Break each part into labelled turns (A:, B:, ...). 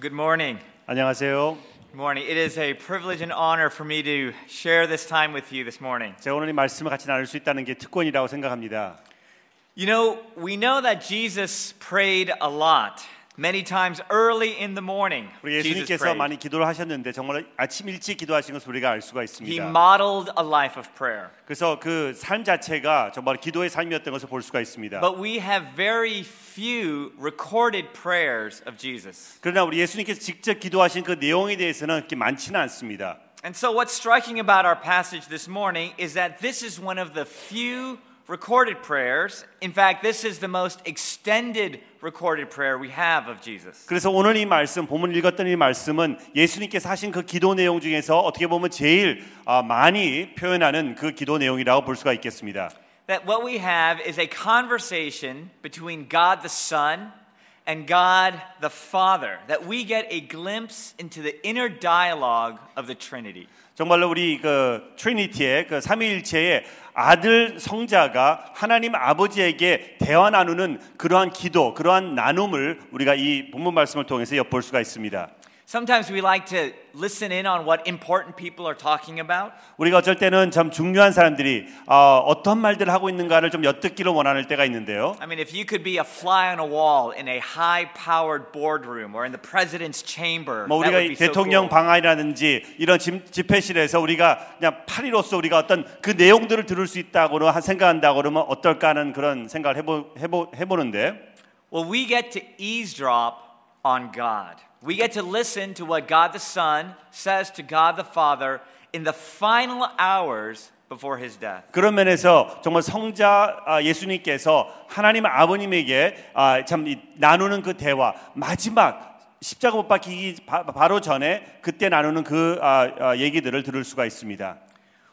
A: Good morning.
B: 안녕하세요.
A: Good morning. It is a privilege and honor for me to share this time with you this morning.
B: 제가 오늘 이 말씀을 같이 나눌 수 있다는 게 특권이라고 생각합니다.
A: You know, we know that Jesus prayed a lot. Many times early in the morning,
B: 우리
A: Jesus
B: 예수님께서
A: prayed.
B: 많이 기도를 하셨는데 정말 아침 일찍 기도하신 것을 우리가 알 수가
A: He
B: 있습니다.
A: modeled a life of prayer.
B: 그래서 그 삶 자체가 정말 기도의 삶이었던 것을 볼 수가 있습니다.
A: But we have very few recorded prayers of Jesus.
B: 그러나 우리 예수님께서 직접 기도하신 그 내용에 대해서는 그렇게 많지는 않습니다.
A: And so, what's striking about our passage this morning is that this is one of the few recorded prayers. In fact, this is the most extended recorded prayer we have of Jesus.
B: 그래서 오늘 이 말씀, 본문 읽었던 이 말씀은 예수님께서 하신 그 기도 내용 중에서 어떻게 보면 제일 아, 많이 표현하는 그 기도 내용이라고 볼 수가 있겠습니다.
A: That what we have is a conversation between God the Son and God the Father, that we get a glimpse into the inner dialogue of the Trinity.
B: 정말로 우리 그 트리니티의 그 삼위일체의 아들 성자가 하나님 아버지에게 대화 나누는 그러한 기도, 그러한 나눔을 우리가 이 본문 말씀을 통해서 엿볼 수가 있습니다.
A: Sometimes we like to listen in on what important people are talking about.
B: 우리가 어쩔 때는 참 중요한 사람들이 어, 어떤 말들을 하고 있는가를 좀 엿듣기를 원하는 때가 있는데요.
A: I mean, if you could be a fly on a wall in a high powered boardroom or in the president's chamber,
B: 뭐
A: that
B: 우리가
A: would
B: 이
A: be so
B: 대통령
A: cool.
B: 방안이라든지 이런 집- 집회실에서 우리가 그냥 파리로서 우리가 어떤 그 내용들을 들을 수 있다고 한 생각한다 그러면 어떨까 하는 그런 생각을 해보, 해보, 해보는데
A: Well, we get to eavesdrop on God. We get to listen to what God the Son says to God the Father in the final hours before his death.
B: 그런 면에서 정말 성자 아, 예수님께서 하나님 아버님에게 아, 참이 나누는 그 대화 마지막 십자가 못 박히기 바, 바로 전에 그때 나누는 그 아, 아, 얘기들을 들을 수가 있습니다.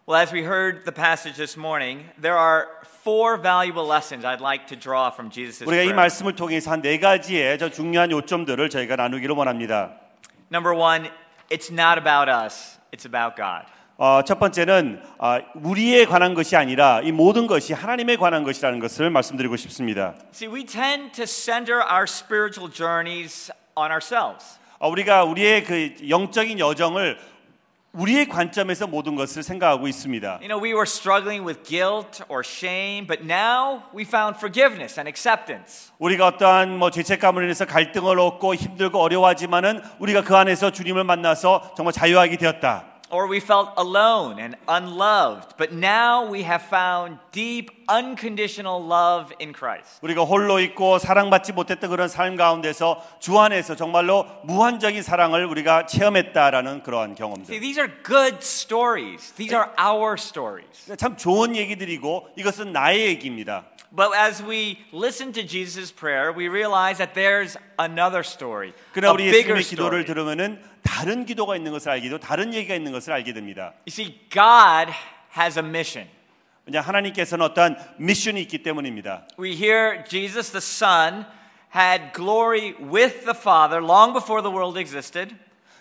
A: Well, as we heard the passage this morning, there are four valuable lessons I'd like to draw from Jesus'
B: 우리가 이
A: prayer.
B: 말씀을 통해서 한 네 가지의 저 중요한 요점들을 저희가 나누기를 원합니다.
A: Number one, it's not about us, it's about God.
B: 어, 첫 번째는 아, 우리에 관한 것이 아니라 이 모든 것이 하나님에 관한 것이라는 것을 말씀드리고 싶습니다.
A: See, we tend to center our spiritual journeys on ourselves.
B: 어, 우리가 우리의 그 영적인 여정을 우리의 관점에서 모든 것을 생각하고 있습니다.
A: You know, we were struggling with guilt or shame, but now we found forgiveness and acceptance.
B: 우리가 어떠한 뭐 죄책감으로 인해서 갈등을 얻고 힘들고 어려워하지만은 우리가 그 안에서 주님을 만나서 정말 자유하게 되었다.
A: Or we felt alone and unloved, but now we have found deep, unconditional love in Christ.
B: 우리가 홀로 있고 사랑받지 못했던 그런 삶 가운데서 주 안에서 정말로 무한적인 사랑을 우리가 체험했다라는 그러한
A: See,
B: 경험들.
A: these are good stories. These are our stories.
B: 그러니까 참 좋은 얘기들이고 이것은 나의 얘기입니다.
A: But as we listen to Jesus' prayer, we realize that there's another story,
B: 그러나
A: a
B: 우리
A: bigger
B: 예수님의 기도를
A: story.
B: 들으면은 다른 기도가 있는 것을 알게 되고 다른 얘기가 있는 것을 알게 됩니다.
A: You see, God has a mission.
B: 왜냐 하나님께서는 어떠한 미션이 있기 때문입니다.
A: We hear Jesus the Son had glory with the Father long before the world existed.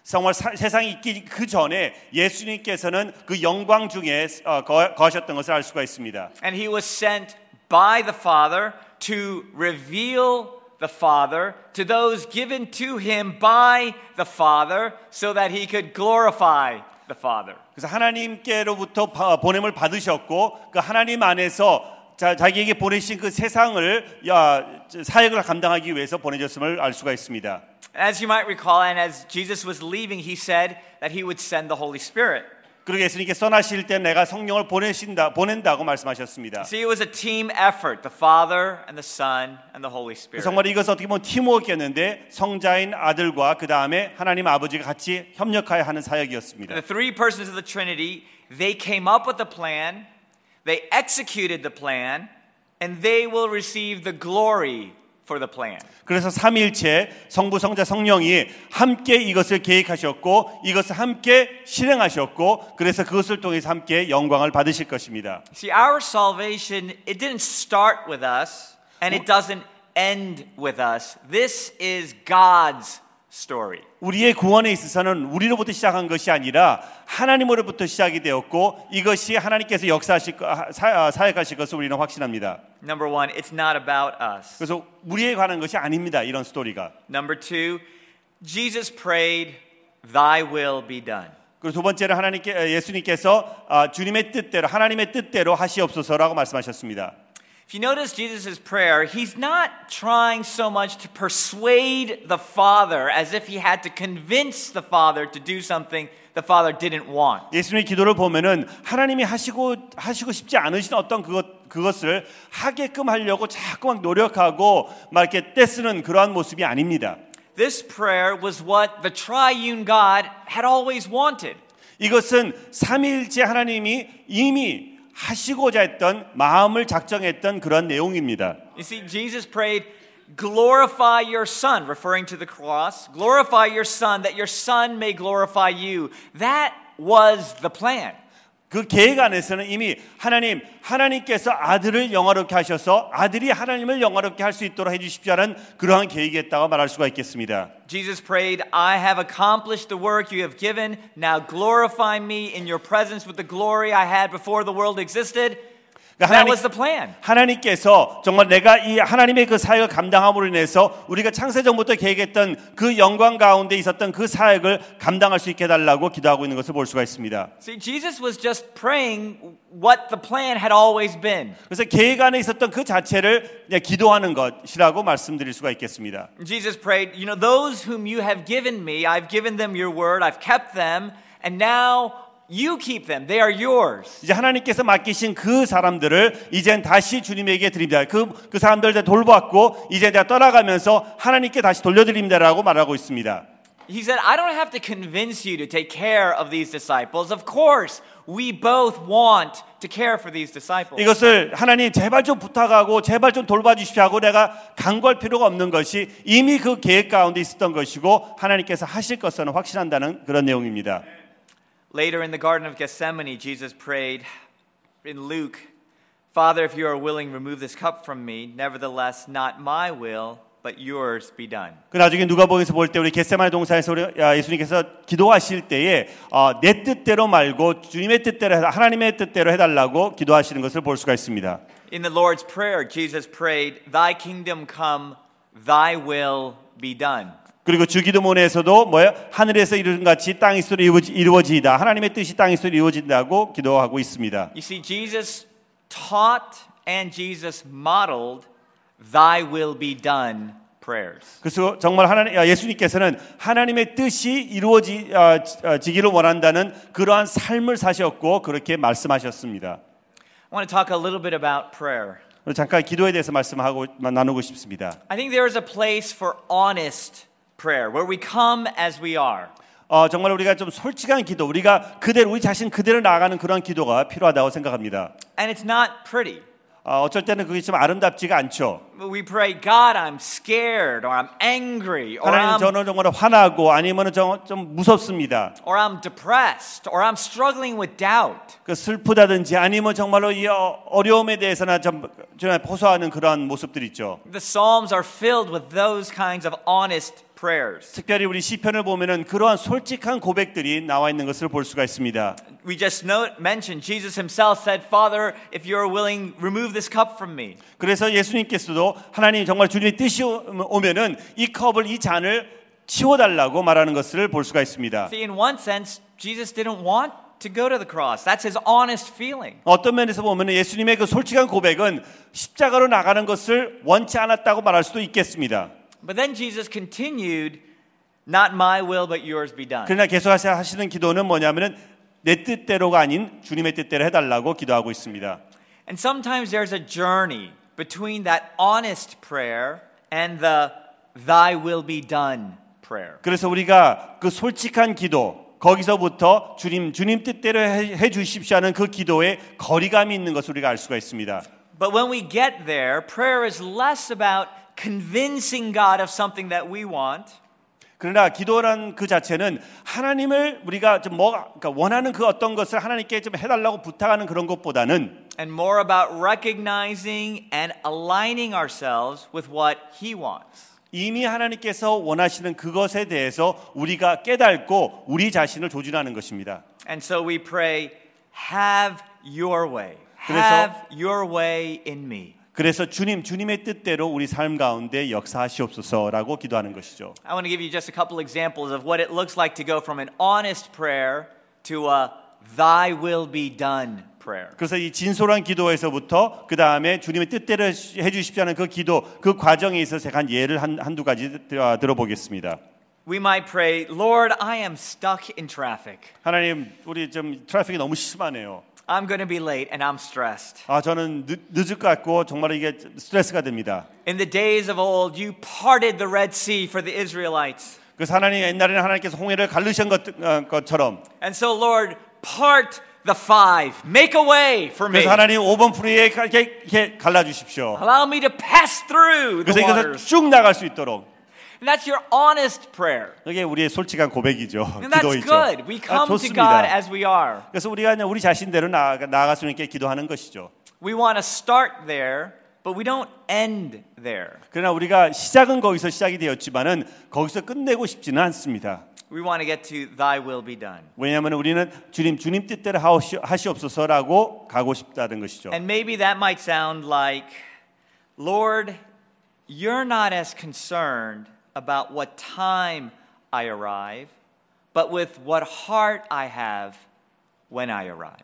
B: 정말 사- 세상이 있기 그 전에 예수님께서는 그 영광 중에 어, 거- 거하셨던 것을 알 수가 있습니다.
A: And he was sent by the Father to reveal the Father to those given to him by the Father so that he could glorify the Father.
B: 그래서 하나님께로부터 바- 보냄을 받으셨고 그 하나님 안에서 자, 자기에게 보내신 그 세상을 야, 사역을 감당하기 위해서 보내셨음을 알 수가 있습니다.
A: As you might recall, and as Jesus was leaving, he said that he would send the Holy Spirit.
B: 그리고 예수님께서 떠나실 때 내가 성령을 보내신다 보낸다고 말씀하셨습니다.
A: See, it was a team effort the Father and the Son and the Holy Spirit.
B: 정말 이것은 어떻게 보면 팀워크였는데 성자인 아들과 그 다음에 하나님 아버지가 같이 협력하여 하는 사역이었습니다.
A: The three persons of the Trinity, they came up with a plan, they executed the plan, and they will receive the glory for the plan.
B: 그래서 삼위일체 성부 성자 성령이 함께 이것을 계획하셨고 이것을 함께 실행하셨고 그래서 그것을 통해서 함께 영광을 받으실 것입니다.
A: See, our salvation, it didn't start with us, and it doesn't end with us. This is God's story.
B: 우리의 구원에 있어서는 우리로부터 시작한 것이 아니라 하나님으로부터 시작이 되었고 이것이 하나님께서 역사하실 거- 하- 사- 아, 사역하실 것을 우리는 확신합니다.
A: Number one, it's not about us.
B: 그래서 우리에 관한 것이 아닙니다. 이런 스토리가.
A: Number two, Jesus prayed, Thy will be done.
B: 그리고 두 번째로 하나님께 에, 예수님께서 아, 주님의 뜻대로 하나님의 뜻대로 하시옵소서라고 말씀하셨습니다.
A: If you notice Jesus' prayer, he's not trying so much to persuade the Father as if he had to convince the Father to do something the Father didn't want.
B: 예수님의 기도를 보면은 하나님이 하시고 하시고 싶지 않으신 어떤 그것 그것을 하게끔 하려고 자꾸 막 노력하고 막 이렇게 떼쓰는 그러한 모습이 아닙니다.
A: This prayer was what the triune God had always wanted.
B: 이것은 삼위일체 하나님이 이미 하시고자 했던 마음을 작정했던 그런 내용입니다.
A: You see, Jesus prayed, Glorify your Son, referring to the cross. Glorify your Son, that your Son may glorify you. That was the plan.
B: 그 계획 안에서는 이미 하나님 하나님께서 아들을 영화롭게 하셔서 아들이 하나님을 영화롭게 할 수 있도록 해주십시오라는 그러한 계획이었다고 말할 수가 있겠습니다.
A: Jesus prayed, I have accomplished the work you have given. Now glorify me in your presence with the glory I had before the world existed.
B: 그러니까
A: That
B: 하나님,
A: was the plan.
B: 하나님께서 정말 내가 이 하나님의 그 사역을 감당함으로 인해서 우리가 창세전부터 계획했던 그 영광 가운데 있었던 그 사역을 감당할 수 있게 해달라고 기도하고 있는 것을 볼 수가 있습니다.
A: See, Jesus was just praying what the plan had always been.
B: 그래서 계획 안에 있었던 그 자체를 그냥 기도하는 것이라고 말씀드릴 수가 있겠습니다.
A: Jesus prayed, You know, those whom you have given me, I've given them your word, I've kept them, and now you keep them. They are yours.
B: 이제 하나님께서 맡기신 그 사람들을 이젠 다시 주님에게 드립니다. 그, 그 사람들을 내가 돌보았고 이제 내가 떠나가면서 하나님께 다시 돌려드립니다라고 말하고 있습니다.
A: He said, I don't have to convince you to take care of these disciples. Of course, we both want to care for these disciples.
B: 이것을 하나님 제발 좀 부탁하고 제발 좀 돌봐주십시오 하고 내가 강구할 필요가 없는 것이 이미 그 계획 가운데 있었던 것이고 하나님께서 하실 것은 확신한다는 그런 내용입니다.
A: Later in the Garden of Gethsemane, Jesus prayed in Luke, Father, if you are willing, remove this cup from me. Nevertheless, not my will, but yours be done.
B: 그 나중에 누가복음에서 볼 때 우리 겟세마네 동산에서 우리 아, 예수님께서 기도하실 때에 아, 내 뜻대로 말고 주님의 뜻대로 해라, 하나님의 뜻대로 해달라고 기도하시는 것을 볼 수가 있습니다.
A: In the Lord's Prayer, Jesus prayed, Thy kingdom come, thy will be done.
B: 그리고 주기도문에서도 뭐야 하늘에서 이루는 같이 땅 있으로 이루어지- 이루어지이다 하나님의 뜻이 땅 있으로 이루어진다고 기도하고 있습니다.
A: You see, Jesus taught and Jesus modeled, Thy will be done prayers.
B: 그래서 정말 하나님 아, 예수님께서는 하나님의 뜻이 아, 이루어지기를 원한다는 그러한 삶을 사셨고 그렇게 말씀하셨습니다.
A: I want to talk a little bit about prayer.
B: 오늘 잠깐 기도에 대해서 말씀하고 나누고 싶습니다.
A: I think there is a place for honest prayer where we come as we are.
B: 어, 정말 우리가 좀 솔직한 기도, 우리가 그대로 우리 자신 그대로 나아가는 그런 기도가 필요하다고 생각합니다.
A: And it's not pretty.
B: 어, 어쩔 때는 그게 좀 아름답지가 않죠.
A: We pray, God, I'm scared, or I'm angry, or
B: 하나님
A: I'm,
B: 저는 정말 화나고 아니면 좀, 좀 무섭습니다.
A: or I'm depressed, or I'm struggling with doubt.
B: 그 슬프다든지 아니면 정말로 이 어- 어려움에 대해서나 좀 정말 포소하는 그런 모습들 있죠.
A: The Psalms are filled with those kinds of honest prayers.
B: 특별히 우리 시편을 보면은 그러한 솔직한 고백들이 나와 있는 것을 볼 수가 있습니다.
A: We just note, mentioned Jesus himself said, Father, if you're willing, remove this cup from me.
B: 그래서 예수님께서도 하나님 정말 주님의 뜻이 오- 오면은 이 컵을 이 잔을 치워달라고 말하는 것을 볼 수가 있습니다.
A: See, in one sense, Jesus didn't want to go to the cross. That's his honest feeling.
B: 어떤 면에서 보면 예수님의 그 솔직한 고백은 십자가로 나가는 것을 원치 않았다고 말할 수도 있겠습니다.
A: But then Jesus continued, Not my will, but yours be done.
B: 그러나 계속 하시- 하시는 기도는 뭐냐면은 내 뜻대로가 아닌 주님의 뜻대로 해달라고 기도하고 있습니다.
A: And sometimes there's a journey between that honest prayer and the Thy will be done prayer.
B: 그래서 우리가 그 솔직한 기도 거기서부터 주님 주님 뜻대로 해, 해 주십시오 하는 그 기도에 거리감이 있는 것을 우리가 알 수가 있습니다.
A: But when we get there, prayer is less about convincing God of something that we want
B: 그러나 기도란 그 자체는 하나님을 우리가 좀뭐 그러니까 원하는 그 어떤 것을 하나님께 좀 해달라고 부탁하는 그런 것보다는
A: and more about recognizing and aligning ourselves with what He wants.
B: 이미 하나님께서 원하시는 그것에 대해서 우리가 깨닫고 우리 자신을 조준하는 것입니다.
A: And so we pray, Have your way.
B: 그래서-
A: Have your way in me.
B: 그래서 주님, 주님의 뜻대로 우리 삶 가운데 역사하시옵소서라고 기도하는 것이죠.
A: I want to give you just a couple examples of what it looks like to go from an honest prayer to a thy will be done prayer.
B: 그래서 이 진솔한 기도에서부터 그 다음에 주님의 뜻대로 해주십시오는 그 기도 그 과정에 있어서 제가 한 예를 한, 한두 가지 들- 아, 들어보겠습니다.
A: We might pray, Lord, I am stuck in traffic.
B: 하나님, 우리 좀 트래픽이 너무 심하네요.
A: I'm going to be late and I'm stressed.
B: 아 저는 늦, 늦을 것 같고 정말 이게 스트레스가 됩니다.
A: In the days of old, you parted the Red Sea for the Israelites.
B: 그래서 하나님 옛날에는 하나님께서 홍해를 갈르신 것, 어, 것처럼
A: And so, Lord, part the five. Make a way for me.
B: 그래서 하나님 5번 풀이에 가- 이렇게, 이렇게 갈라주십시오.
A: Allow me to pass through
B: 그래서
A: the
B: 이것을
A: waters.
B: 쭉 나갈 수 있도록
A: And that's your honest prayer.
B: 그게 우리의 솔직한 고백이죠.
A: And that's
B: 기도이죠.
A: good. We
B: 아,
A: come to God
B: 좋습니다.
A: as we are.
B: 그래서 우리가 그냥 우리 자신대로 나아가, 나아갈 수 있게 기도하는 것이죠.
A: We want to start there, but we don't end there.
B: 그러나 우리가 시작은 거기서 시작이 되었지만은 거기서 끝내고 싶지는 않습니다.
A: We want to get to thy will be done.
B: 왜냐하면 우리는 주님 주님 뜻대로 하오시, 하시옵소서라고 가고 싶다는 것이죠.
A: And maybe that might sound like, Lord, you're not as concerned about what time I arrive, but with what heart I have when I arrive.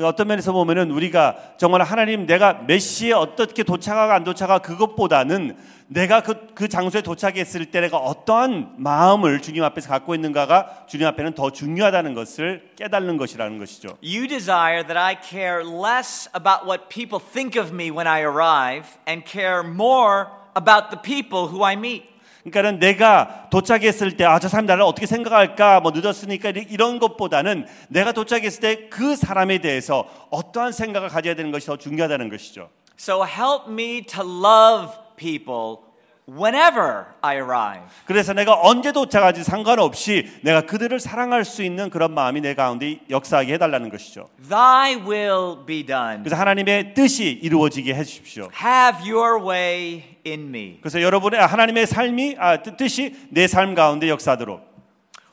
B: 어떤 면에서 보면은 우리가 정말 하나님 내가 몇 시에 어떻게 도착하고 안 도착하 그것보다는 내가 그, 그 장소에 도착했을 때 내가 어떠한 마음을 주님 앞에서 갖고 있는가가 주님 앞에는 더 중요하다는 것을 깨닫는 것이라는 것이죠.
A: You desire that I care less about what people think of me when I arrive and care more about the people who I meet.
B: 그러니까는 내가 도착했을 때 아 저 사람 나를 어떻게 생각할까 뭐 늦었으니까 이- 이런 것보다는 내가 도착했을 때 그 사람에 대해서 어떠한 생각을 가져야 되는 것이 더 중요하다는 것이죠.
A: So help me to love people whenever I arrive.
B: 그래서 내가 언제 도착하지 상관없이 내가 그들을 사랑할 수 있는 그런 마음이 내 가운데 역사하게 해달라는 것이죠.
A: Thy will be done.
B: 그래서 하나님의 뜻이 이루어지게 해주십시오.
A: Have your way in me.
B: 그래서 여러분의 아, 하나님의 삶이 아, 뜻- 뜻이 내 삶 가운데 역사하도록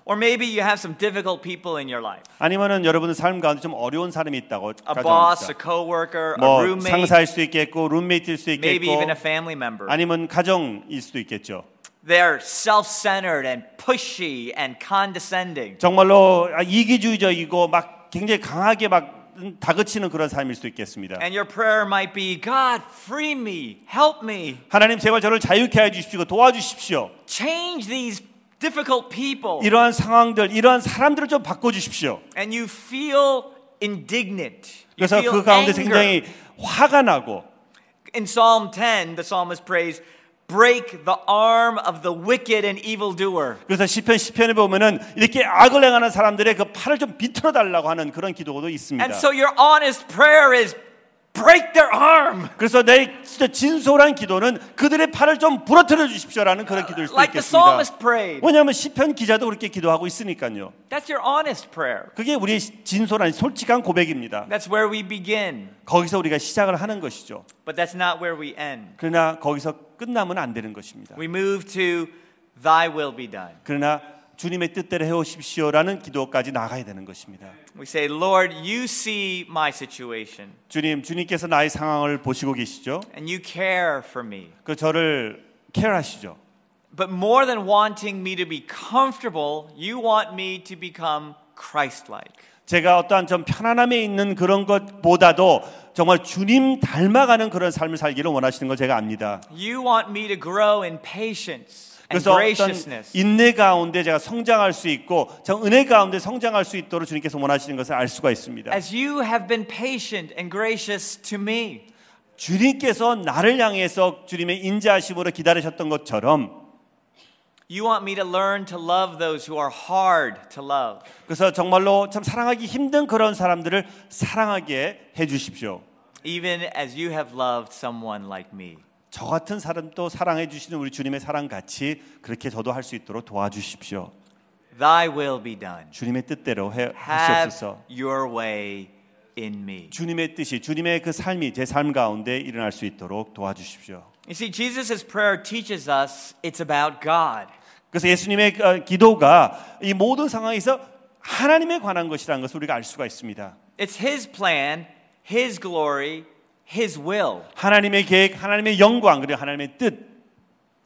A: Or maybe you have some difficult people in your life.
B: 아니면은 여러분의 삶 가운데 좀 어려운 사람이 있다고
A: A boss, a
B: 가정합시다.
A: coworker, a
B: 뭐
A: roommate,
B: 상사일 수도 있겠고 룸메이트일 수도
A: maybe
B: 있겠고
A: even a family member.
B: 아니면 가정일 수도 있겠죠.
A: They're self-centered and pushy and condescending.
B: 정말로 아, 이기주의적이고 막 굉장히 강하게 막 다그치는 그런 삶일 수도 있겠습니다.
A: And your prayer might be, God, free me, help me,
B: 하나님 제발 저를 자유케 해 주십시오. 도와주십시오.
A: change these difficult people.
B: 이러한 상황들, 이러한 사람들을 좀 바꿔 주십시오.
A: And you feel indignant. You
B: 그래서
A: feel
B: 그 가운데
A: anger.
B: 굉장히 화가 나고
A: In Psalm 10, the psalmist prays, Break the arm of the wicked and evildoer.
B: 그래서 시편 시편에 보면은 이렇게 악을 행하는 사람들의 그 팔을 좀 비틀어 달라고 하는 그런 기도도 있습니다.
A: And so your honest prayer is, Break their arm.
B: 그래서 내 진짜 진솔한 기도는 그들의 팔을 좀 부러뜨려 주십시오라는 그런 기도일 수도
A: Like the
B: 있겠습니다.
A: psalmist prayed.
B: 왜냐하면 시편 기자도 그렇게 기도하고 있으니까요.
A: That's your honest prayer.
B: 그게 우리의 진솔한 솔직한 고백입니다.
A: That's where we begin,
B: 거기서 우리가 시작을 하는 것이죠.
A: but that's not where we end.
B: 그러나 거기서 끝나면 안 되는 것입니다.
A: We move to, Thy will be done.
B: 그러나 주님의 뜻대로 해 오십시오라는 기도까지 나가야 되는 것입니다.
A: We say, Lord, you see my situation
B: 주님, 주님께서 나의 상황을 보시고 계시죠.
A: and you care for me.
B: 그 저를 케어하시죠.
A: But more than wanting me to be comfortable, you want me to become Christ like.
B: 제가 어떠한 좀 편안함에 있는 그런 것보다도 정말 주님 닮아가는 그런 삶을 살기를 원하시는 걸 제가 압니다.
A: You want me to grow in patience and
B: 그래서 어떤
A: graciousness.
B: 인내 가운데 제가 성장할 수 있고 저 은혜 가운데 성장할 수 있도록 주님께서 원하시는 것을 알 수가 있습니다.
A: As you have been patient and gracious to me,
B: 주님께서 나를 향해서 주님의 인자하심으로 기다리셨던 것처럼
A: you want me to learn to love those who are hard to love.
B: 그래서 정말로 참 사랑하기 힘든 그런 사람들을 사랑하게 해 주십시오.
A: even as you have loved someone like me.
B: 저 같은 사람도 사랑해 주시는 우리 주님의 사랑 같이 그렇게 저도 할 수 있도록 도와주십시오.
A: Thy will be done.
B: 주님의 뜻대로 해
A: Have
B: 하시옵소서.
A: your way in me.
B: 주님의 뜻이 주님의 그 삶이 제 삶 가운데 일어날 수 있도록 도와주십시오.
A: You see, Jesus' prayer teaches us it's about God.
B: 그래서 예수님의 어, 기도가 이 모든 상황에서 하나님에 관한 것이라는 것을 우리가 알 수가 있습니다.
A: It's His plan, His glory, His will.
B: 하나님의 계획, 하나님의 영광, 그리고 하나님의 뜻,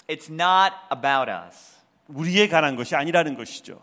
A: It's not about us.
B: 우리에 관한 것이 아니라는 것이죠.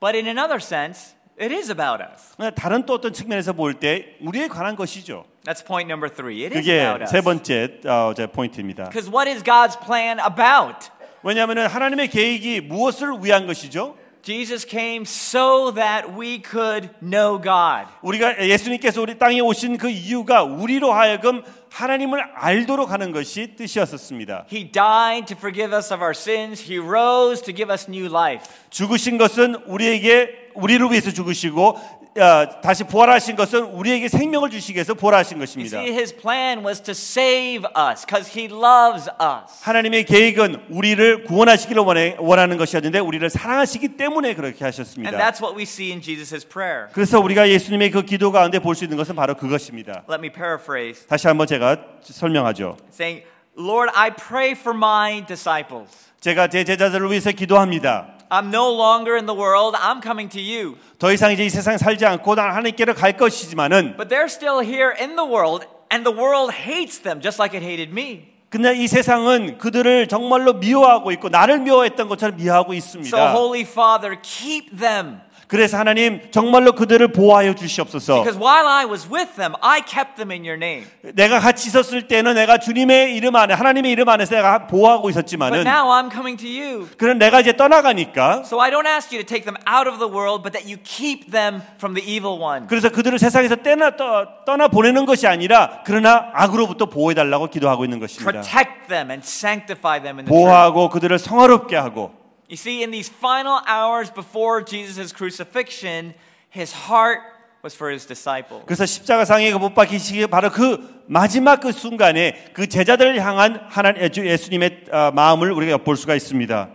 A: But in another sense, it is about us.
B: 다른 또 어떤 측면에서 볼 때 우리에 관한 것이죠.
A: That's point number three. It is
B: 그게
A: about us.
B: 세 번째 어, 제 포인트입니다.
A: Because what is God's plan about?
B: 왜냐하면 하나님의 계획이 무엇을 위한 것이죠?
A: Jesus came so that we could know God.
B: 우리가 예수님께서 우리 땅에 오신 그 이유가 우리로 하여금 하나님을 알도록 하는 것이 뜻이었었습니다.
A: He died to forgive us of our sins. He rose to give us new life.
B: 죽으신 것은 우리에게 우리를 위해서 죽으시고 어, 다시 부활하신 것은 우리에게 생명을 주시기 위해서 부활하신
A: You
B: 것입니다.
A: see, his plan was to save us because he loves us.
B: 하나님의 계획은 우리를 구원하시기를 원해, 원하는 것이었는데 우리를 사랑하시기 때문에
A: And
B: 그렇게 하셨습니다.
A: that's what we see in Jesus' prayer.
B: 그래서 우리가 예수님의 그 기도 가운데 볼 수 있는 것은 바로 그것입니다.
A: Let me paraphrase
B: 다시 한번 제가 설명하죠.
A: saying, Lord, I pray for my disciples.
B: 제가 제 제자들을 위해서 기도합니다.
A: I'm no longer in the world. I'm coming to you.
B: 더 이상 이제 이 세상 살지 않고 난 하나님께로 갈 것이지만은
A: But they're still here in the world, and the world hates them just like it hated me.
B: 근데 이 세상은 그들을 정말로 미워하고 있고 나를 미워했던 것처럼 미워하고 있습니다.
A: So, Holy Father, keep them.
B: 그래서 하나님 정말로 그들을 보호하여 주시옵소서.
A: Because while I was with them, I kept them in your name.
B: 내가 같이 있었을 때는 내가 주님의 이름 안에 하나님의 이름 안에서 내가 보호하고
A: But
B: 있었지만은
A: now I'm coming to you.
B: 그런 내가 이제 떠나가니까
A: So I don't ask you to take them out of the world, but that you keep them from the evil one.
B: 그래서 그들을 세상에서 떠나, 떠, 떠나 보내는 것이 아니라 그러나 악으로부터 보호해 달라고 기도하고 있는 것입니다.
A: Protect them and sanctify them in the truth.
B: 보호하고 그들을 성화롭게 하고
A: You see, in these final hours before Jesus' crucifixion, his heart was for his disciples.
B: 그래서 십자가상에 못 박히시기 바로 그 마지막 그 순간에 그 제자들을 향한 하나님 주 예수님의 아, 마음을 우리가 엿볼 수가 있습니다.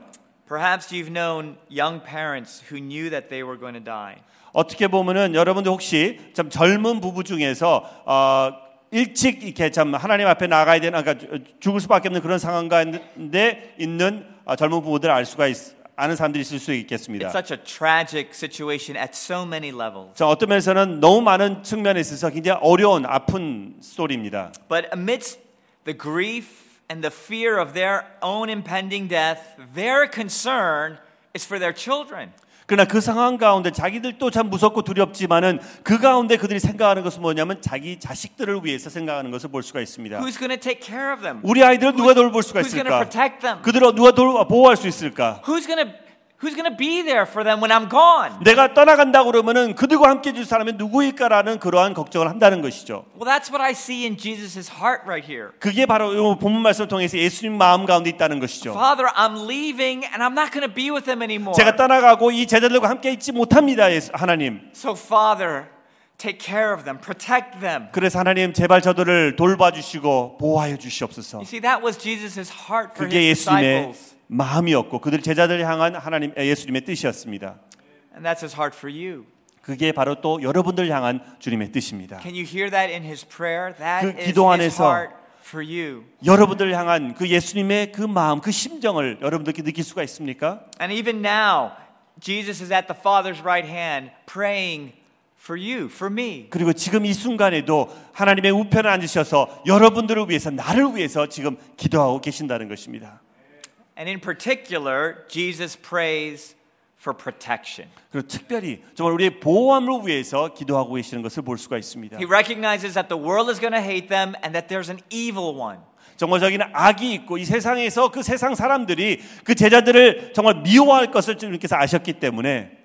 A: Perhaps you've known young parents who knew that they were going to die.
B: 어떻게 보면은 여러분들 혹시 참 젊은 부부 중에서 어, 일찍 이렇게 참 하나님 앞에 나가야 되는 그러니까 죽을 수밖에 없는 그런 상황 가운데 있는 아, 젊은 부부들 알 수가 있, 아는 사람들이 있을 수 있겠습니다.
A: It's such a tragic situation at so many levels.
B: 자, 어떤 면에서는 너무 많은 측면에 있어서 굉장히 어려운 아픈 스토리입니다.
A: But amidst the grief and the fear of their own impending death, their concern is for their children.
B: 그러나 그 상황 가운데 자기들도 참 무섭고 두렵지만은 그 가운데 그들이 생각하는 것은 뭐냐면 자기 자식들을 위해서 생각하는 것을 볼 수가 있습니다.
A: Who's going to take care of them?
B: 우리 아이들을 누가 돌볼 수가
A: Who's going to
B: 있을까?
A: protect them?
B: 그들을 누가 돌, 보호할 수 있을까?
A: Who's going to who's going to be there for them when I'm gone?
B: 내가 떠나간다 그러면은 그들과 함께 해줄 사람이 누구일까라는 그러한 걱정을 한다는 것이죠.
A: Well, that's what I see in Jesus' heart right here.
B: 그게 바로 이 본문 말씀을 통해서 예수님 마음 가운데 있다는 것이죠.
A: Father, I'm leaving and I'm not going to be with them anymore.
B: 제가 떠나가고 이 제자들과 함께 있지 못합니다, 예수- 하나님.
A: So, Father, take care of them, protect them.
B: 그래서 하나님 제발 저들을 돌봐주시고 보호하여 주시옵소서.
A: You see, that was Jesus' heart for
B: 그게
A: his
B: 예수님의
A: disciples.
B: 마음이었고 그들 제자들을 향한 하나님 에, 예수님의 뜻이었습니다.
A: And that's his heart for you.
B: 그게 바로 또 여러분들 향한 주님의 뜻입니다.
A: Can you hear that in his prayer? That
B: 그
A: is
B: 기도
A: his
B: 안에서-
A: heart for you.
B: 여러분들 향한 그 예수님의 그 마음, 그 심정을 여러분들께 느낄 수가 있습니까?
A: And even now, Jesus is at the Father's right hand praying for you, for me.
B: 그리고 지금 이 순간에도 하나님의 우편에 앉으셔서 여러분들을 위해서 나를 위해서 지금 기도하고 계신다는 것입니다.
A: And in particular, Jesus prays for protection.
B: 그리고 특별히 정말 우리의 보호함을 위해서 기도하고 계시는 것을 볼 수가 있습니다.
A: He recognizes that the world is going to hate them and that there's an evil one.
B: 정말 저기는 악이 있고 이 세상에서 그 세상 사람들이 그 제자들을 정말 미워할 것을 주님께서 아셨기 때문에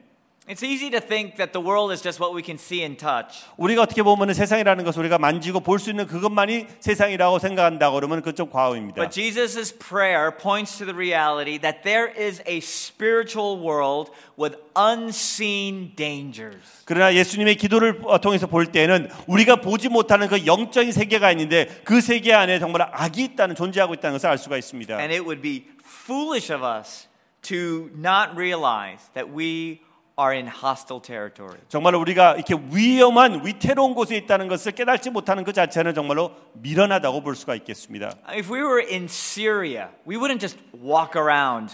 A: It's easy to think that the world is just what we can see and touch.
B: 우리가 어떻게 보면 세상이라는 것을 우리가 만지고 볼 수 있는 그것만이 세상이라고 생각한다 그러면 그건 좀 과오입니다.
A: But Jesus' prayer points to the reality that there is a spiritual world with unseen dangers.
B: 그러나 예수님의 기도를 어, 통해서 볼 때는 우리가 보지 못하는 그 영적인 세계가 있는데 그 세계 안에 정말 악이 있다는 존재하고 있다는 것을 알 수가 있습니다.
A: And it would be foolish of us to not realize that we are in hostile territory.
B: 정말 우리가 이렇게 위험한 위태로운 곳에 있다는 것을 깨닫지 못하는 그 자체는 정말로 미련하다고 볼 수가 있겠습니다.
A: If we were in Syria, we wouldn't just walk around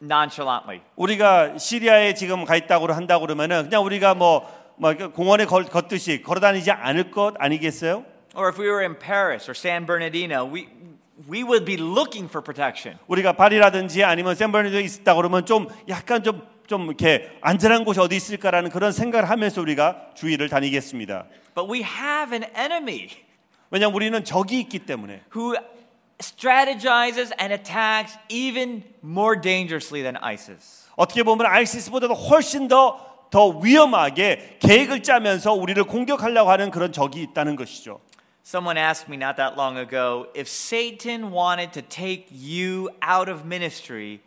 A: nonchalantly.
B: 우리가 시리아에 지금 가 있다고 한다고 그러면은 그냥 우리가 뭐, 뭐 이렇게 공원에 걸, 걷듯이 걸어다니지 않을 것 아니겠어요?
A: Or if we were in Paris or San Bernardino, we, we would be looking for protection.
B: 우리가 파리라든지 아니면 샌버니도에 있었다 그러면 좀 약간 좀, 좀 이렇게 안전한 곳이 어디 있을까라는 그런 생각을 하면서 우리가 주위를 다니겠습니다.
A: But we have an enemy
B: 왜냐하면 우리는 적이 있기 때문에
A: who strategizes and attacks even more dangerously than ISIS.
B: 어떻게 보면 아이시스보다도 훨씬 더 더 위험하게 계획을 짜면서 우리를 공격하려고 하는 그런 적이 있다는 것이죠.
A: Someone asked me not that long ago if Satan wanted to take you out of ministry,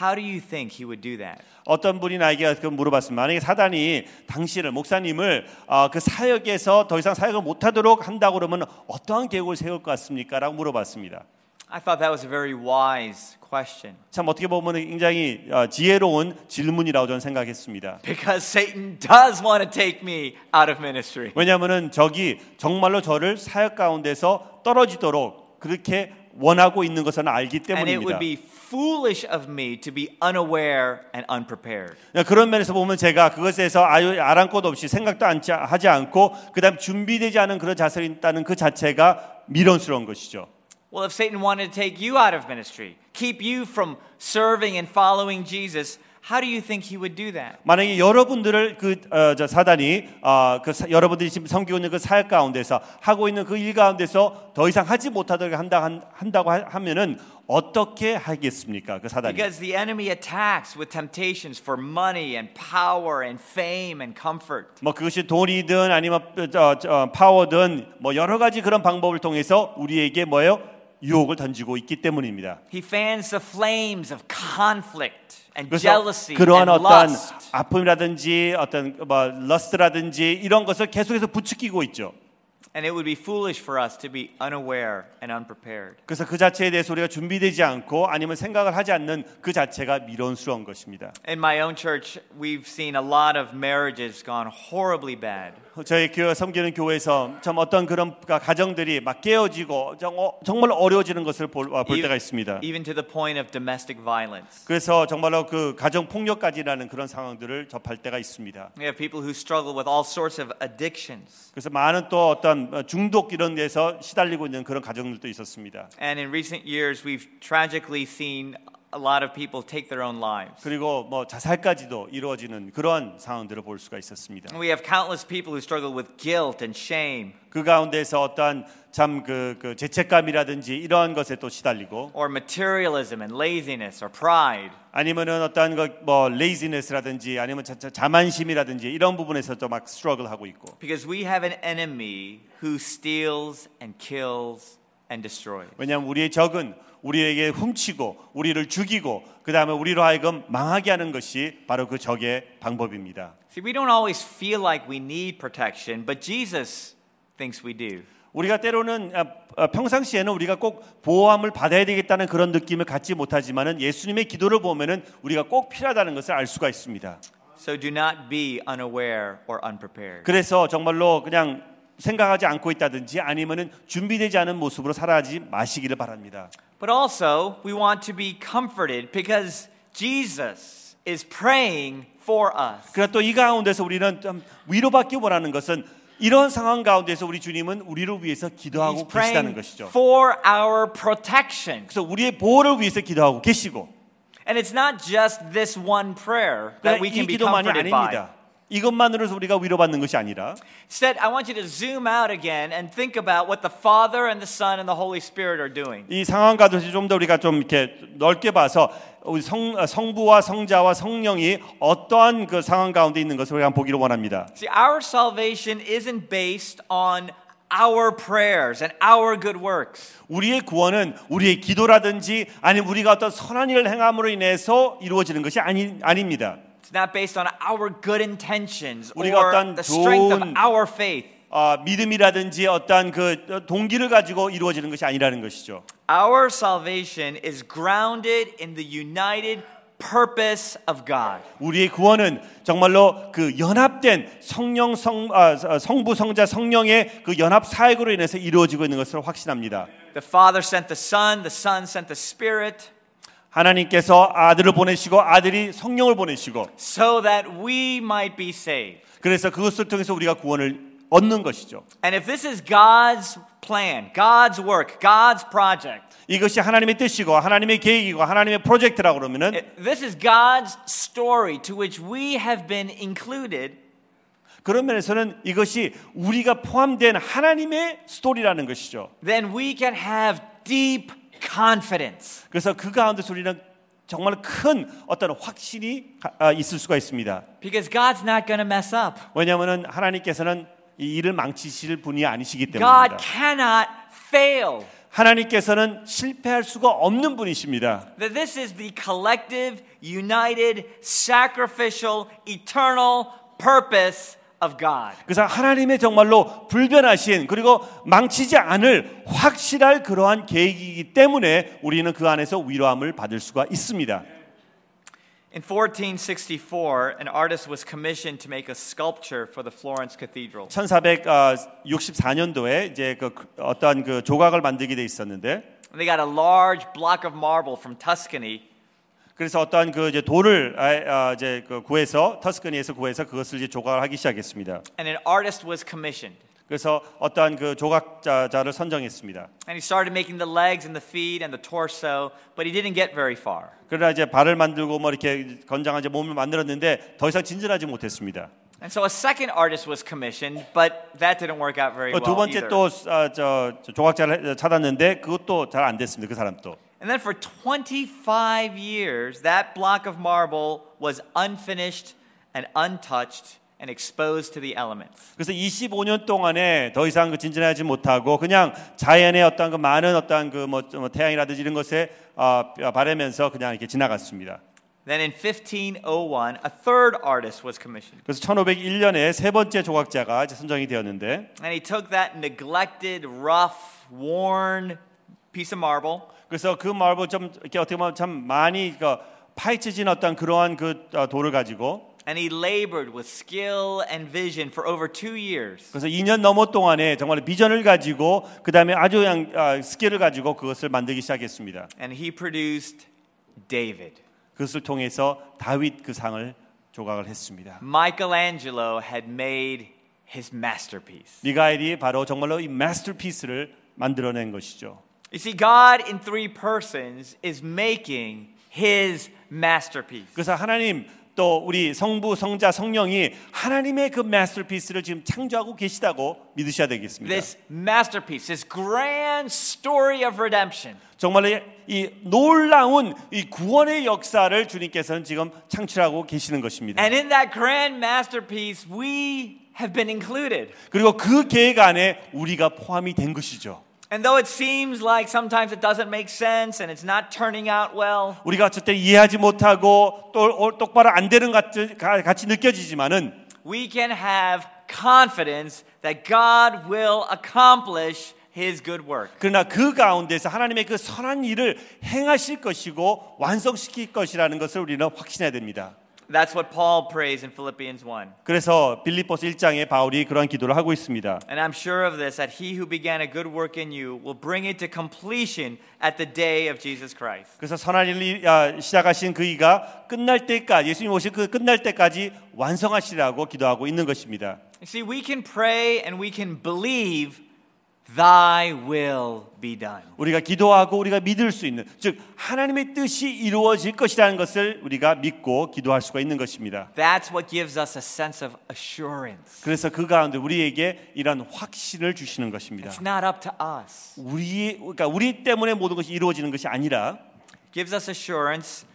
A: how do you think he would do that?
B: 어떤 분이 나에게 그 물어봤습니다. 만약에 사단이 당신을 목사님을 아, 그 사역에서 더 이상 사역을 못하도록 한다 그러면 어떠한 계획을 세울 것 같습니까?라고 물어봤습니다.
A: I thought that was a very wise question
B: 참 어떻게 보면 굉장히 아, 지혜로운 질문이라고 저는 생각했습니다.
A: because Satan does want to take me out of ministry.
B: 왜냐하면은 적이 정말로 저를 사역 가운데서 떨어지도록 그렇게 원하고 있는 것은 알기
A: And it would
B: 때문입니다.
A: be foolish of me to be unaware and unprepared.
B: 그러니까 그런 면에서 보면 제가 그것에서 아유 아랑곳 없이 생각도 안 자- 하지 않고 그다음 준비되지 않은 그런 자세가 있다는 그 자체가 미련스러운 것이죠.
A: Well, if Satan wanted to take you out of ministry, keep you from serving and following Jesus, how do you think he would do that?
B: 만약에 여러분들을 그 어, 저 사단이 어, 그 사- 여러분들이 지금 섬기고 있는 그 사역 가운데서 하고 있는 그 일 가운데서 더 이상 하지 못하도록 한다 한, 한다고 하- 하면은 어떻게 하겠습니까? 그 사단이.
A: Because the enemy attacks with temptations for money and power and fame and comfort.
B: 뭐 그것이 돈이든 아니면 저, 저, 파워든 뭐 여러 가지 그런 방법을 통해서 우리에게 뭐예요? 유혹을 던지고 있기 때문입니다.
A: He fans the flames of conflict and
B: 그래서
A: jealousy and
B: 그러한 어떤
A: lust.
B: 아픔이라든지 어떤 뭐 러스트라든지 이런 것을 계속해서 부추기고 있죠.
A: And it would be foolish for us to be unaware and unprepared.
B: 그래서 그 자체에 대해서 우리가 준비되지 않고 아니면 생각을 하지 않는 그 자체가 미련스러운 것입니다.
A: In my own church, we've seen a lot of marriages gone horribly bad.
B: 저희 교회 섬기는 교회에서 참 어떤 그런 가정들이 막 깨어지고 정- 어, 정말 어려워지는 것을 볼, 아, 볼
A: E-
B: 때가 있습니다.
A: Even to the point of domestic violence.
B: 그래서 정말로 그 가정 폭력까지라는 그런 상황들을 접할 때가 있습니다.
A: We have people who struggle with all sorts of addictions.
B: 그래서 많은 또 어떤 어, 중독 이런 데서 시달리고 있는 그런 가정들도 있었습니다.
A: And in recent years, we've tragically seen a lot of people take their own lives.
B: 그리고 뭐 자살까지도 이루어지는 그런 상황들을 볼 수가 있었습니다.
A: We have countless people who struggle with guilt and shame,
B: 그 가운데서 어떠한 참그 그 죄책감이라든지 이러한 것에 또 시달리고
A: or materialism and laziness, or pride.
B: 아니면은 어떠한 그뭐 레이지네스라든지 아니면 자, 자, 자만심이라든지 이런 부분에서 또 막 스트러글 하고 있고
A: Because we have an enemy who steals and kills and destroys.
B: 왜냐하면 우리의 적은 우리에게 훔치고 우리를 죽이고 그 다음에 우리로 하여금 망하게 하는 것이 바로 그 적의 방법입니다.
A: See, we don't always feel like we need protection, but Jesus thinks we do.
B: 우리가 때로는 아, 아, 평상시에는 우리가 꼭 보호함을 받아야 되겠다는 그런 느낌을 갖지 못하지만은 예수님의 기도를 보면은 우리가 꼭 필요하다는 것을 알 수가 있습니다.
A: So do not be unaware or unprepared.
B: 그래서 정말로 그냥 생각하지 않고 있다든지 아니면은 준비되지 않은 모습으로 살아가지 마시기를 바랍니다.
A: But also, we want to be comforted because Jesus is praying for us.
B: 그러나 또 이 가운데서 우리는 좀 위로받기 원하는 것은 이런 상황 가운데서 우리 주님은 우리를 위해서
A: He's
B: 기도하고 계시다는
A: praying
B: 것이죠.
A: for our protection.
B: 그래서 우리의 보호를 위해서 기도하고 계시고
A: And it's not just this one prayer that
B: 그러니까
A: we
B: 이
A: can be
B: 기도만이
A: comforted by.
B: 아닙니다. 이것만으로서 우리가 위로받는 것이 아니라
A: Instead, I want you to zoom out again and think about what the Father and the Son and the Holy Spirit are doing.
B: 이 상황 가운데서 좀 더 우리가 좀 이렇게 넓게 봐서 우리 성, 성부와 성자와 성령이 어떠한 그 상황 가운데 있는 것을 우리가 한번 보기를 원합니다.
A: See, our salvation isn't based on our prayers and our good works.
B: 우리의 구원은 우리의 기도라든지 아니면 우리가 어떤 선한 일을 행함으로 인해서 이루어지는 것이 아니, 아닙니다.
A: It's not based on our good intentions
B: 우리가
A: or
B: 어떤
A: the strength of
B: 좋은-
A: our faith.
B: 아, 믿음이라든지 어떠한 그 동기를 가지고 이루어지는 것이 아니라는 것이죠.
A: Our salvation is grounded in the united purpose of God.
B: 우리의 구원은 정말로 그 연합된 성령 성 아, 성부 성자 성령의 그 연합 사역으로 인해서 이루어지고 있는 것을 확신합니다.
A: The Father sent the Son, the Son sent the Spirit,
B: 하나님께서 아들을 보내시고 아들이 성령을 보내시고
A: so that we might be saved.
B: 그래서 그것을 통해서 우리가 구원을 얻는 것이죠.
A: And if this is God's plan, God's work, God's project,
B: 이것이 하나님의 뜻이고 하나님의 계획이고 하나님의 프로젝트라고 그러면은
A: it- this is God's story to which we have been included,
B: 그런 면에서는 이것이 우리가 포함된 하나님의 스토리라는 것이죠.
A: then we can have deep confidence.
B: 그래서 그 가운데 우리는 정말 큰 어떤 확신이 가- 아, 있을 수가 있습니다.
A: Because God's not going to mess up.
B: 왜냐하면 하나님께서는 이 일을 망치실 분이 아니시기 때문입니다.
A: God cannot fail.
B: 하나님께서는 실패할 수가 없는 분이십니다.
A: That this is the collective, united, sacrificial, eternal purpose of God.
B: 그래서 하나님의 정말로 불변하신 그리고 망치지 않을 확실할 그러한 계획이기 때문에 우리는 그 안에서 위로함을 받을 수가 있습니다.
A: In 1464, an artist was commissioned to make a sculpture for the Florence Cathedral.
B: 1464년도에 이제 그 어떠한 그 조각을 만들게 돼 있었는데
A: They got a large block of marble from Tuscany
B: 그래서 어떠한 그 이제 돌을 아, 아, 이제 그 구해서 터스크니에서 구해서 그것을 이제 조각을 하기 시작했습니다.
A: and an artist was commissioned.
B: 그래서 어떠한 그 조각자를 선정했습니다.
A: And he started making the legs and the feet and the torso, but he didn't get very far.
B: 그러나 이제 발을 만들고 뭐 이렇게 건장한 이제 몸을 만들었는데 더 이상 진전하지 못했습니다.
A: And so a second artist was commissioned, but that didn't work out very
B: 그두
A: well.
B: 번째
A: Either.
B: 또 아, 저, 저 조각자를 찾았는데 그것도 잘 안 됐습니다. 그 사람 또.
A: And then for 25 years, that block of marble was unfinished and untouched and exposed to the elements.
B: 그래서 25년 동안에 더 이상 그 진전하지 못하고 그냥 자연의 어떤 그 많은 어떤 그뭐 태양이라든지 이런 것에 아, 바라면서 그냥 이렇게 지나갔습니다.
A: Then in 1501, a third artist was commissioned,
B: 그래서 1501년에 세 번째 조각자가 이제 선정이 되었는데
A: and he took that neglected, rough, worn piece of marble
B: 그래서 그 마을을 좀 이렇게 어떻게 보면 참 많이 그 파헤쳐진 어떤 그러한 그 아, 돌을 가지고
A: and he labored with skill and vision for over two years.
B: 그래서 2년 넘어 동안에 정말 비전을 가지고 그 다음에 아주 그냥 아, 스킬을 가지고 그것을 만들기 시작했습니다.
A: And he produced David.
B: 그것을 통해서 다윗 그 상을 조각을 했습니다.
A: Michelangelo had made his masterpiece.
B: 미가엘이 바로 정말로 이 마스터피스를 만들어낸 것이죠.
A: You see, God in three persons is making his masterpiece.
B: 그래서 하나님 또 우리 성부, 성자, 성령이 하나님의 그 마스터피스를 지금 창조하고 계시다고 믿으셔야 되겠습니다.
A: This masterpiece, this grand story of redemption.
B: 정말로 이 놀라운 이 구원의 역사를 주님께서는 지금 창출하고 계시는 것입니다.
A: And in that grand masterpiece, we have been included.
B: 그리고 그 계획 안에 우리가 포함이 된 것이죠.
A: And though it seems like sometimes it doesn't make sense and it's not turning out well,
B: 우리가 어쨌든 이해하지 못하고 또 어, 똑바로 안 되는 것 같은- 가- 같이 느껴지지만은
A: we can have confidence that God will accomplish his good work.
B: 그러나 그 가운데서 하나님의 그 선한 일을 행하실 것이고 완성시킬 것이라는 것을 우리는 확신해야 됩니다.
A: That's what Paul prays in Philippians 1.
B: 그래서 빌립보스 1장에 바울이 그러한 기도를 하고 있습니다.
A: And I'm sure of this that he who began a good work in you will bring it to completion at the day of Jesus Christ.
B: 그래서 선한 일을 아, 시작하신 그 이가 끝날 때까지 예수님 오실 그 끝날 때까지 완성하시라고 기도하고 있는 것입니다.
A: You see, we can pray and we can believe, Thy will be done.
B: 우리가 기도하고 우리가 믿을 수 있는 즉 하나님의 뜻이 이루어질 것이라는 것을 우리가 믿고 기도할 수가 있는 것입니다.
A: That's what gives us a sense of assurance.
B: 그래서 그 가운데 우리에게 이런 확신을 주시는 것입니다.
A: It's not up to us.
B: 우리 그러니까 우리 때문에 모든 것이 이루어지는 것이 아니라
A: gives us assurance.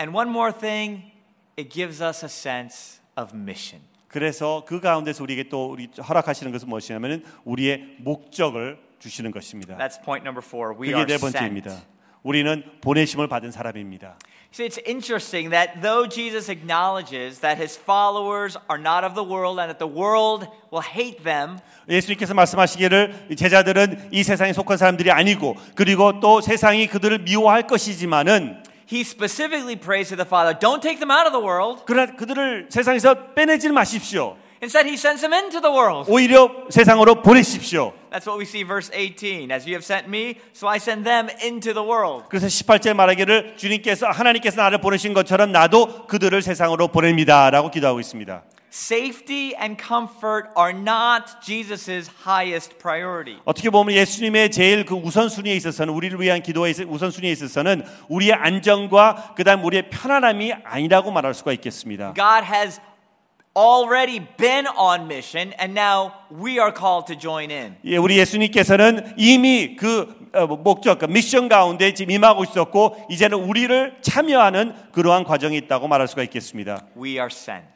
A: And one more thing, it gives us a sense of mission.
B: 그래서 그 가운데서 우리에게 또 우리 허락하시는 것은 무엇이냐면은 우리의 목적을 주시는 것입니다.
A: That's point number four. We
B: 그게
A: are
B: 네
A: sent.
B: 번째입니다. 우리는 보내심을 받은 사람입니다.
A: See, it's interesting that though Jesus acknowledges that his followers are not of the world and that the world will hate them,
B: 예수님께서 말씀하시기를 이 제자들은 이 세상에 속한 사람들이 아니고 그리고 또 세상이 그들을 미워할 것이지만은
A: he specifically prays to the Father, don't take them out of the world.
B: 그러나 그들을 세상에서 빼내지 마십시오.
A: Instead, he sends them into the world.
B: 오히려 세상으로 보내십시오.
A: That's what we see verse 18. As you have sent me, so I send them into the world.
B: 그래서 18절 말하기를 주님께서 하나님께서 나를 보내신 것처럼 나도 그들을 세상으로 보냅니다라고 기도하고 있습니다.
A: safety and comfort are not Jesus' highest priority.
B: 어떻게 보면 예수님의 제일 그 우선순위에 있어서는 우리를 위한 기도의 우선순위에 있어서는 우리의 안정과 그다음 우리의 편안함이 아니라고 말할 수가 있겠습니다.
A: God has already been on mission, and now we are called to join in.
B: 예, 우리 예수님께서는 이미 그 어, 목적, 그 미션 가운데 지금 임하고 있었고 이제는 우리를 참여하는 그러한 과정이 있다고 말할 수가 있겠습니다.
A: We are sent.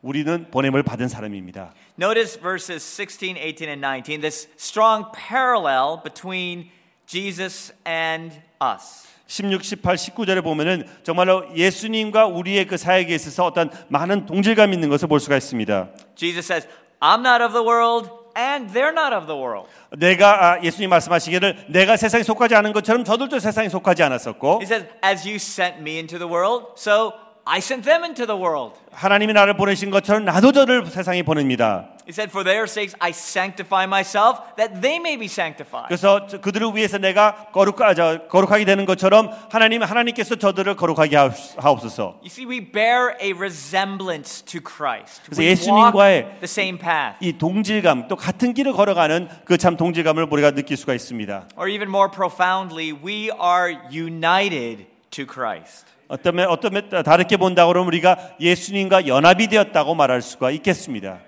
B: 우리는 보냄을 받은 사람입니다.
A: Notice verses 16, 18, and 19, this strong parallel between Jesus and us.
B: 16, 18, 19절에 보면은 정말로 예수님과 우리의 그 사역에 있어서 어떤 많은 동질감 있는 것을 볼 수가 있습니다.
A: Jesus says, I'm not of the world, and they're not of the world.
B: 내가 아, 예수님 말씀하시기를 내가 세상에 속하지 않은 것처럼 저들도 세상에 속하지 않았었고
A: He says, As you sent me into the world, so I sent them into the world.
B: 하나님이 나를 보내신 것처럼 나도 저를 세상에 보냅니다.
A: He said, For their sakes I sanctify myself, that they may be sanctified.
B: 그래서 저- 그들을 위해서 내가 거룩, 아, 저, 거룩하게 되는 것처럼 하나님 하나님께서 저들을 거룩하게 하옵- 하옵소서.
A: You see, we bear a resemblance to Christ.
B: 그래서
A: We walk
B: 예수님과의
A: the same path.
B: 이 동질감 또 같은 길을 걸어가는 그 참 동질감을 우리가 느낄 수가 있습니다.
A: Or even more profoundly, we are united to Christ.
B: 어떤 면 어떤 면 다르게 본다고 그러면 우리가 예수님과 연합이 되었다고 말할 수가 있겠습니다.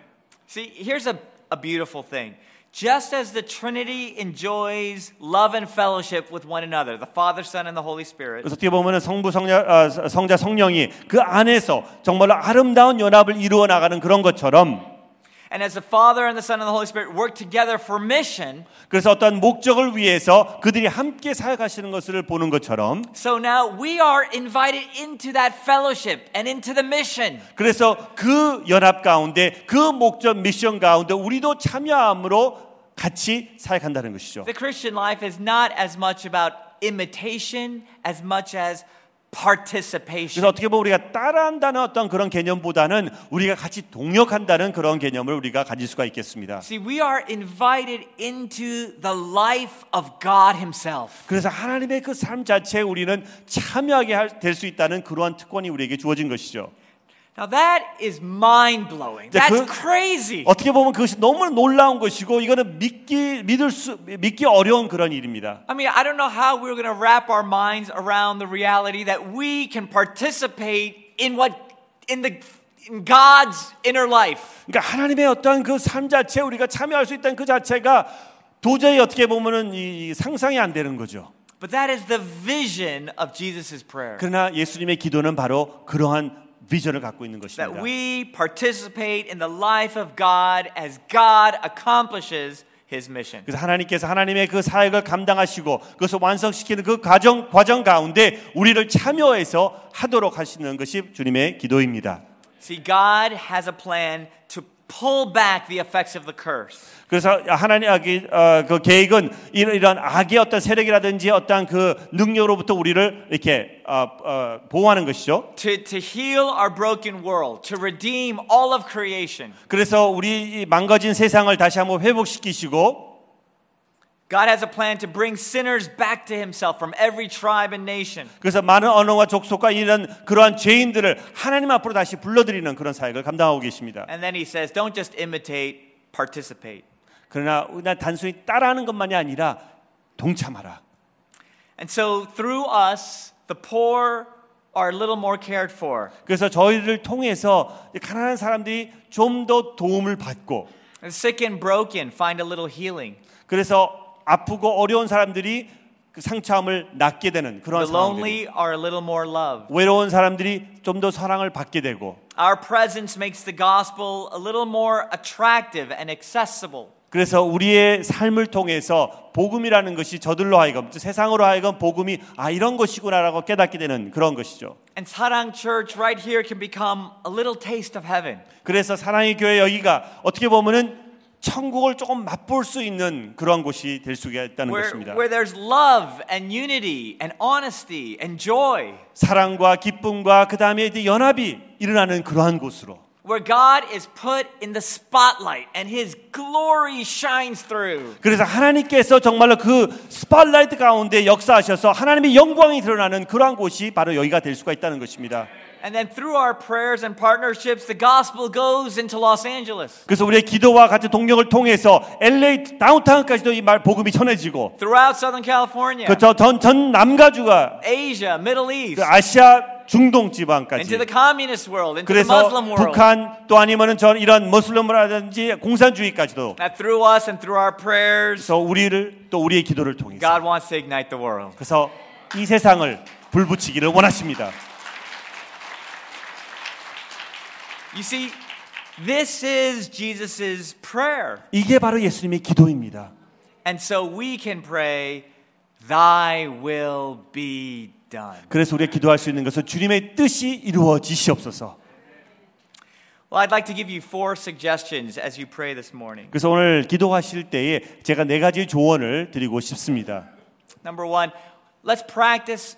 A: See, here's a, a beautiful thing. Just as the Trinity enjoys love and fellowship with one another, the Father, Son, and the Holy Spirit,
B: 그래서 어떻게 보면은 성부 성자, 아, 성자 성령이 그 안에서 정말로 아름다운 연합을 이루어 나가는 그런 것처럼
A: and as the Father and the Son and the Holy Spirit work together for mission,
B: 그래서 어떤 목적을 위해서 그들이 함께 살아가시는 것을 보는 것처럼
A: so now we are invited into that fellowship and into the mission.
B: 그래서 그 연합 가운데 그 목적 미션 가운데 우리도 참여함으로 같이 살아간다는 것이죠.
A: The Christian life is not as much about imitation as much as participation.
B: 그래서 어떻게 보면 우리가 따라한다는 어떤 그런 개념보다는 우리가 같이 동역한다는 그런 개념을 우리가 가질 수가 있겠습니다.
A: See, we are invited into the life of God Himself.
B: 그래서 하나님의 그 삶 자체에 우리는 참여하게 될 수 있다는 그러한 특권이 우리에게 주어진 것이죠.
A: Now, that is mind blowing.
B: Yeah,
A: That's
B: 그-
A: crazy.
B: 어떻게 보면 그것이 너무 놀라운 것이고 이거는 믿기 믿을 수 믿기 어려운 그런 일입니다.
A: I mean, I don't know how we're going to wrap our minds around the reality that we can participate in what, in the, in God's inner life.
B: 그러니까 하나님의 어떤 그 삶 자체에 우리가 참여할 수 있다는 그 자체가 도저히 어떻게 보면은 이 상상이 안 되는 거죠.
A: But that is the vision of Jesus' prayer.
B: 그러나 예수님의 기도는 바로 그러한 비전을 갖고 있는
A: that
B: 것입니다.
A: we participate in the life of God as God accomplishes his mission.
B: 그래서 하나님께서 하나님의 그 사역을 감당하시고 그것을 완성시키는 그 과정 과정 가운데 우리를 참여해서 하도록 하시는 것이 주님의 기도입니다.
A: See, God has a plan to pull back the effects of the curse.
B: 그래서 하나님 아기 어, 그 계획은 이런, 이런 악의 어떤 세력이라든지 어떤 그 능력으로부터 우리를 이렇게 어, 어, 보호하는 것이죠.
A: To, to heal our broken world, to redeem all of creation.
B: 그래서 우리 이 망가진 세상을 다시 한번 회복시키시고
A: God has a plan to bring sinners back to himself from every tribe and nation.
B: 그래서 많은 언어와 족속과 이런 그러한 죄인들을 하나님 앞으로 다시 불러들이는 그런 사역을 감당하고 계십니다.
A: And then he says, don't just imitate, participate.
B: 그러나 우리가 단순히 따라하는 것만이 아니라 동참하라.
A: And so through us, the poor are a little more cared for.
B: 그래서 저희를 통해서 이 가난한 사람들이 좀 더 도움을 받고
A: The sick and broken find a little healing.
B: 그래서 아프고 어려운 사람들이 그 상처함을 낫게 되는 그런
A: The
B: 상황들이
A: lonely are a little more loved.
B: 외로운 사람들이 좀 더 사랑을 받게 되고
A: Our presence makes the gospel a little more attractive and accessible.
B: 그래서 우리의 삶을 통해서 복음이라는 것이 저들로 하여금 세상으로 하여금 복음이 아 이런 것이구나라고 깨닫게 되는 그런 것이죠.
A: And Sarang Church right here can become a little taste of heaven.
B: 그래서 사랑의 교회 여기가 어떻게 보면은 천국을 조금 맛볼 수 있는 그런 곳이 될 수가 있다는
A: Where,
B: 것입니다.
A: where there's love and unity and honesty and joy.
B: 사랑과 기쁨과 그 다음에 이제 연합이 일어나는 그러한 곳으로.
A: Where God is put in the spotlight and his glory shines through.
B: 그래서 하나님께서 정말로 그 스팟라이트 가운데 역사하셔서 하나님의 영광이 드러나는 그러한 곳이 바로 여기가 될 수가 있다는 것입니다.
A: And then through our prayers and partnerships, the gospel goes into Los Angeles.
B: 그래서 우리의 기도와 같은 동력을 통해서 LA 다운타운까지도 이 말 복음이 전해지고
A: Throughout Southern California,
B: 그전전 전 남가주가
A: Asia, Middle East,
B: 그 아시아 중동
A: into
B: 지방까지
A: the communist world, into the
B: 그래서
A: Muslim world.
B: 북한 또 아니면은 전 이런 무슬림이라든지 공산주의까지도
A: That through us and through our prayers,
B: 그래서 우리를 또 우리의 기도를 통해서
A: God wants to ignite the world.
B: 그래서 이 세상을 불붙이기를 원하십니다.
A: You see, this is Jesus' prayer.
B: 이게 바로 예수님의 기도입니다.
A: And so we can pray, Thy will be done.
B: 그래서 우리가 기도할 수 있는 것은 주님의 뜻이 이루어지시옵소서.
A: Well, I'd like to give you four suggestions as you pray this morning.
B: 그래서 오늘 기도하실 때에 제가 네 가지 조언을 드리고 싶습니다.
A: Number one, let's practice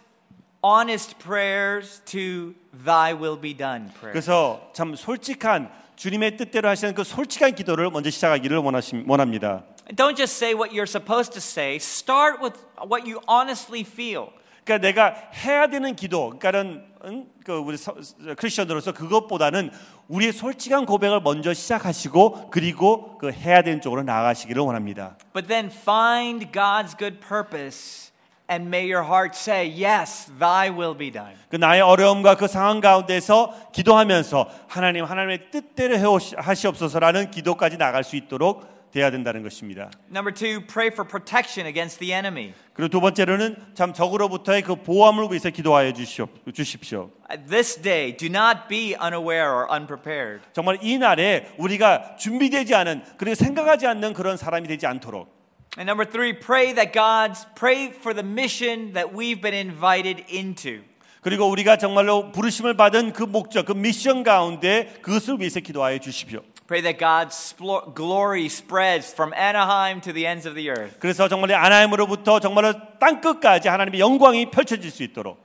A: honest prayers to Thy will be done prayer.
B: 그래서 참 솔직한 주님의 뜻대로 하시는 그 솔직한 기도를 먼저 시작하기를 원하시, 원합니다.
A: Don't just say what you're supposed to say, start with what you honestly feel.
B: 그러니까 내가 해야 되는 기도, 그러니까는 음, 그 우리 서- 크리스천으로서 그것보다는 우리의 솔직한 고백을 먼저 시작하시고 그리고 그 해야 되는 쪽으로 나아가시기를 원합니다.
A: But then find God's good purpose and may your heart say, Yes, thy will be done.
B: 그 나의 어려움과 그 상황 가운데서 기도하면서 하나님 하나님의 뜻대로 해오시- 하시옵소서라는 기도까지 나갈 수 있도록 돼야 된다는 것입니다.
A: Number two, pray for protection against the enemy.
B: 그리고 두 번째로는 참 적으로부터의 그 보호함을 위해서 기도하여 주시오, 주십시오.
A: At This day, do not be unaware or unprepared.
B: 정말 이 날에 우리가 준비되지 않은 그리고 생각하지 않는 그런 사람이 되지 않도록
A: And number three, pray that God's, pray for the mission that we've been invited into.
B: 그리고 우리가 정말로 부르심을 받은 그 목적, 그 미션 가운데 그것을 위해서 기도하여 주십시오.
A: Pray that God's splo- glory spreads from Anaheim to the ends of the earth.
B: 그래서 정말 아나임으로부터 정말로 땅 끝까지 하나님의 영광이 펼쳐질 수 있도록.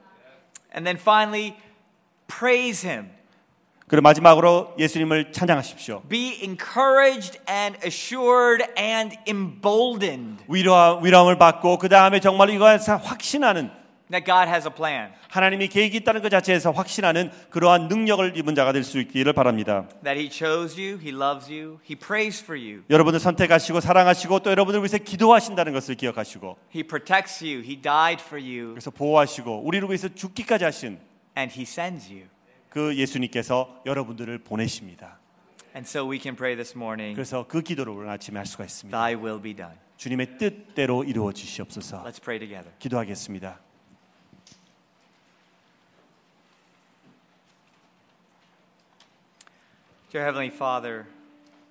A: And then finally, praise Him.
B: 그리고 마지막으로 예수님을 찬양하십시오.
A: Be encouraged and assured and emboldened
B: 위로와 위로함을 받고 그 다음에 정말 이것에 확신하는
A: that God has a plan,
B: 하나님이 계획이 있다는 것 자체에서 확신하는 그러한 능력을 입은 자가 될 수 있기를 바랍니다.
A: that He chose you, He loves you, He prays for you,
B: 여러분을 선택하시고 사랑하시고 또 여러분을 위해서 기도하신다는 것을 기억하시고
A: He protects you, He died for you,
B: 그래서 보호하시고 우리를 위해서 죽기까지 하신
A: and He sends you.
B: 그 예수님께서 여러분들을 보내십니다.
A: And so we can pray this morning,
B: 그래서 그 기도를 오늘 아침에 할 수가 있습니다.
A: Thy will be done.
B: 주님의 뜻대로 이루어 주시옵소서.
A: Let's pray together.
B: 기도하겠습니다.
A: Dear Heavenly Father,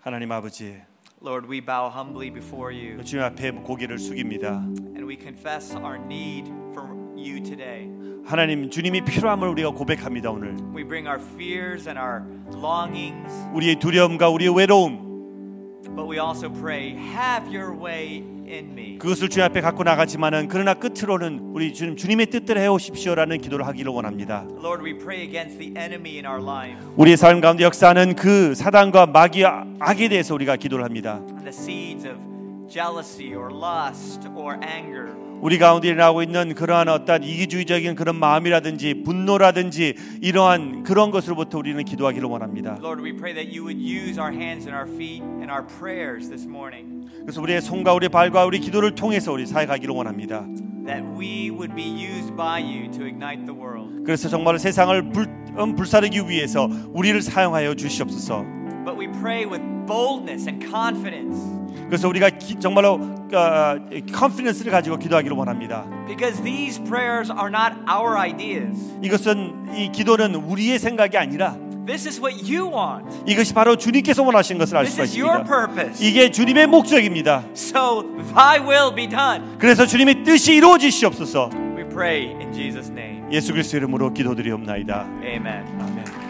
B: 하나님 아버지,
A: Lord, we bow humbly before you
B: 주님 앞에 고개를 숙입니다.
A: and we confess our need for you today.
B: 하나님, 주님이 필요함을 우리가 고백합니다. 오늘
A: We bring our fears and our longings,
B: 우리의 두려움과 우리의 외로움
A: but we also pray, have your way in me.
B: 그것을 주님 앞에 갖고 나가지만은 그러나 끝으로는 우리 주님 주님의 뜻대로 해오십시오라는 기도를 하기를 원합니다.
A: Lord, we pray against the enemy in our life,
B: 우리의 삶 가운데 역사하는 그 사단과 마귀 악에 대해서 우리가 기도를 합니다.
A: the seeds of jealousy or lust or anger.
B: 우리 가운데 일어나고 있는 그러한 어떤 이기주의적인 그런 마음이라든지 분노라든지 이러한 그런 것으로부터 우리는 기도하기를 원합니다.
A: Lord, we pray that you would use our hands and our feet and our prayers this morning,
B: 그래서 우리의 손과 우리의 발과 우리 기도를 통해서 우리 사역하기를 원합니다.
A: that we would be used by you to ignite the world.
B: 그래서 정말 세상을 불, 음, 불사르기 위해서 우리를 사용하여 주시옵소서.
A: But we pray with boldness and confidence
B: 그래서 우리가 기- 정말로 어, 컨피던스를 가지고 기도하기를 원합니다.
A: because these prayers are not our ideas.
B: 이것은 이 기도는 우리의 생각이 아니라
A: This is what you want.
B: 이것이 바로 주님께서 원하신 것을 알
A: This
B: 수가
A: is your
B: 있습니다.
A: purpose.
B: 이게 주님의 목적입니다.
A: So thy will be done.
B: 그래서 주님의 뜻이 이루어지시옵소서.
A: We pray in Jesus' name.
B: 예수 그리스도 이름으로 기도드리옵나이다.
A: Amen.
B: 아멘.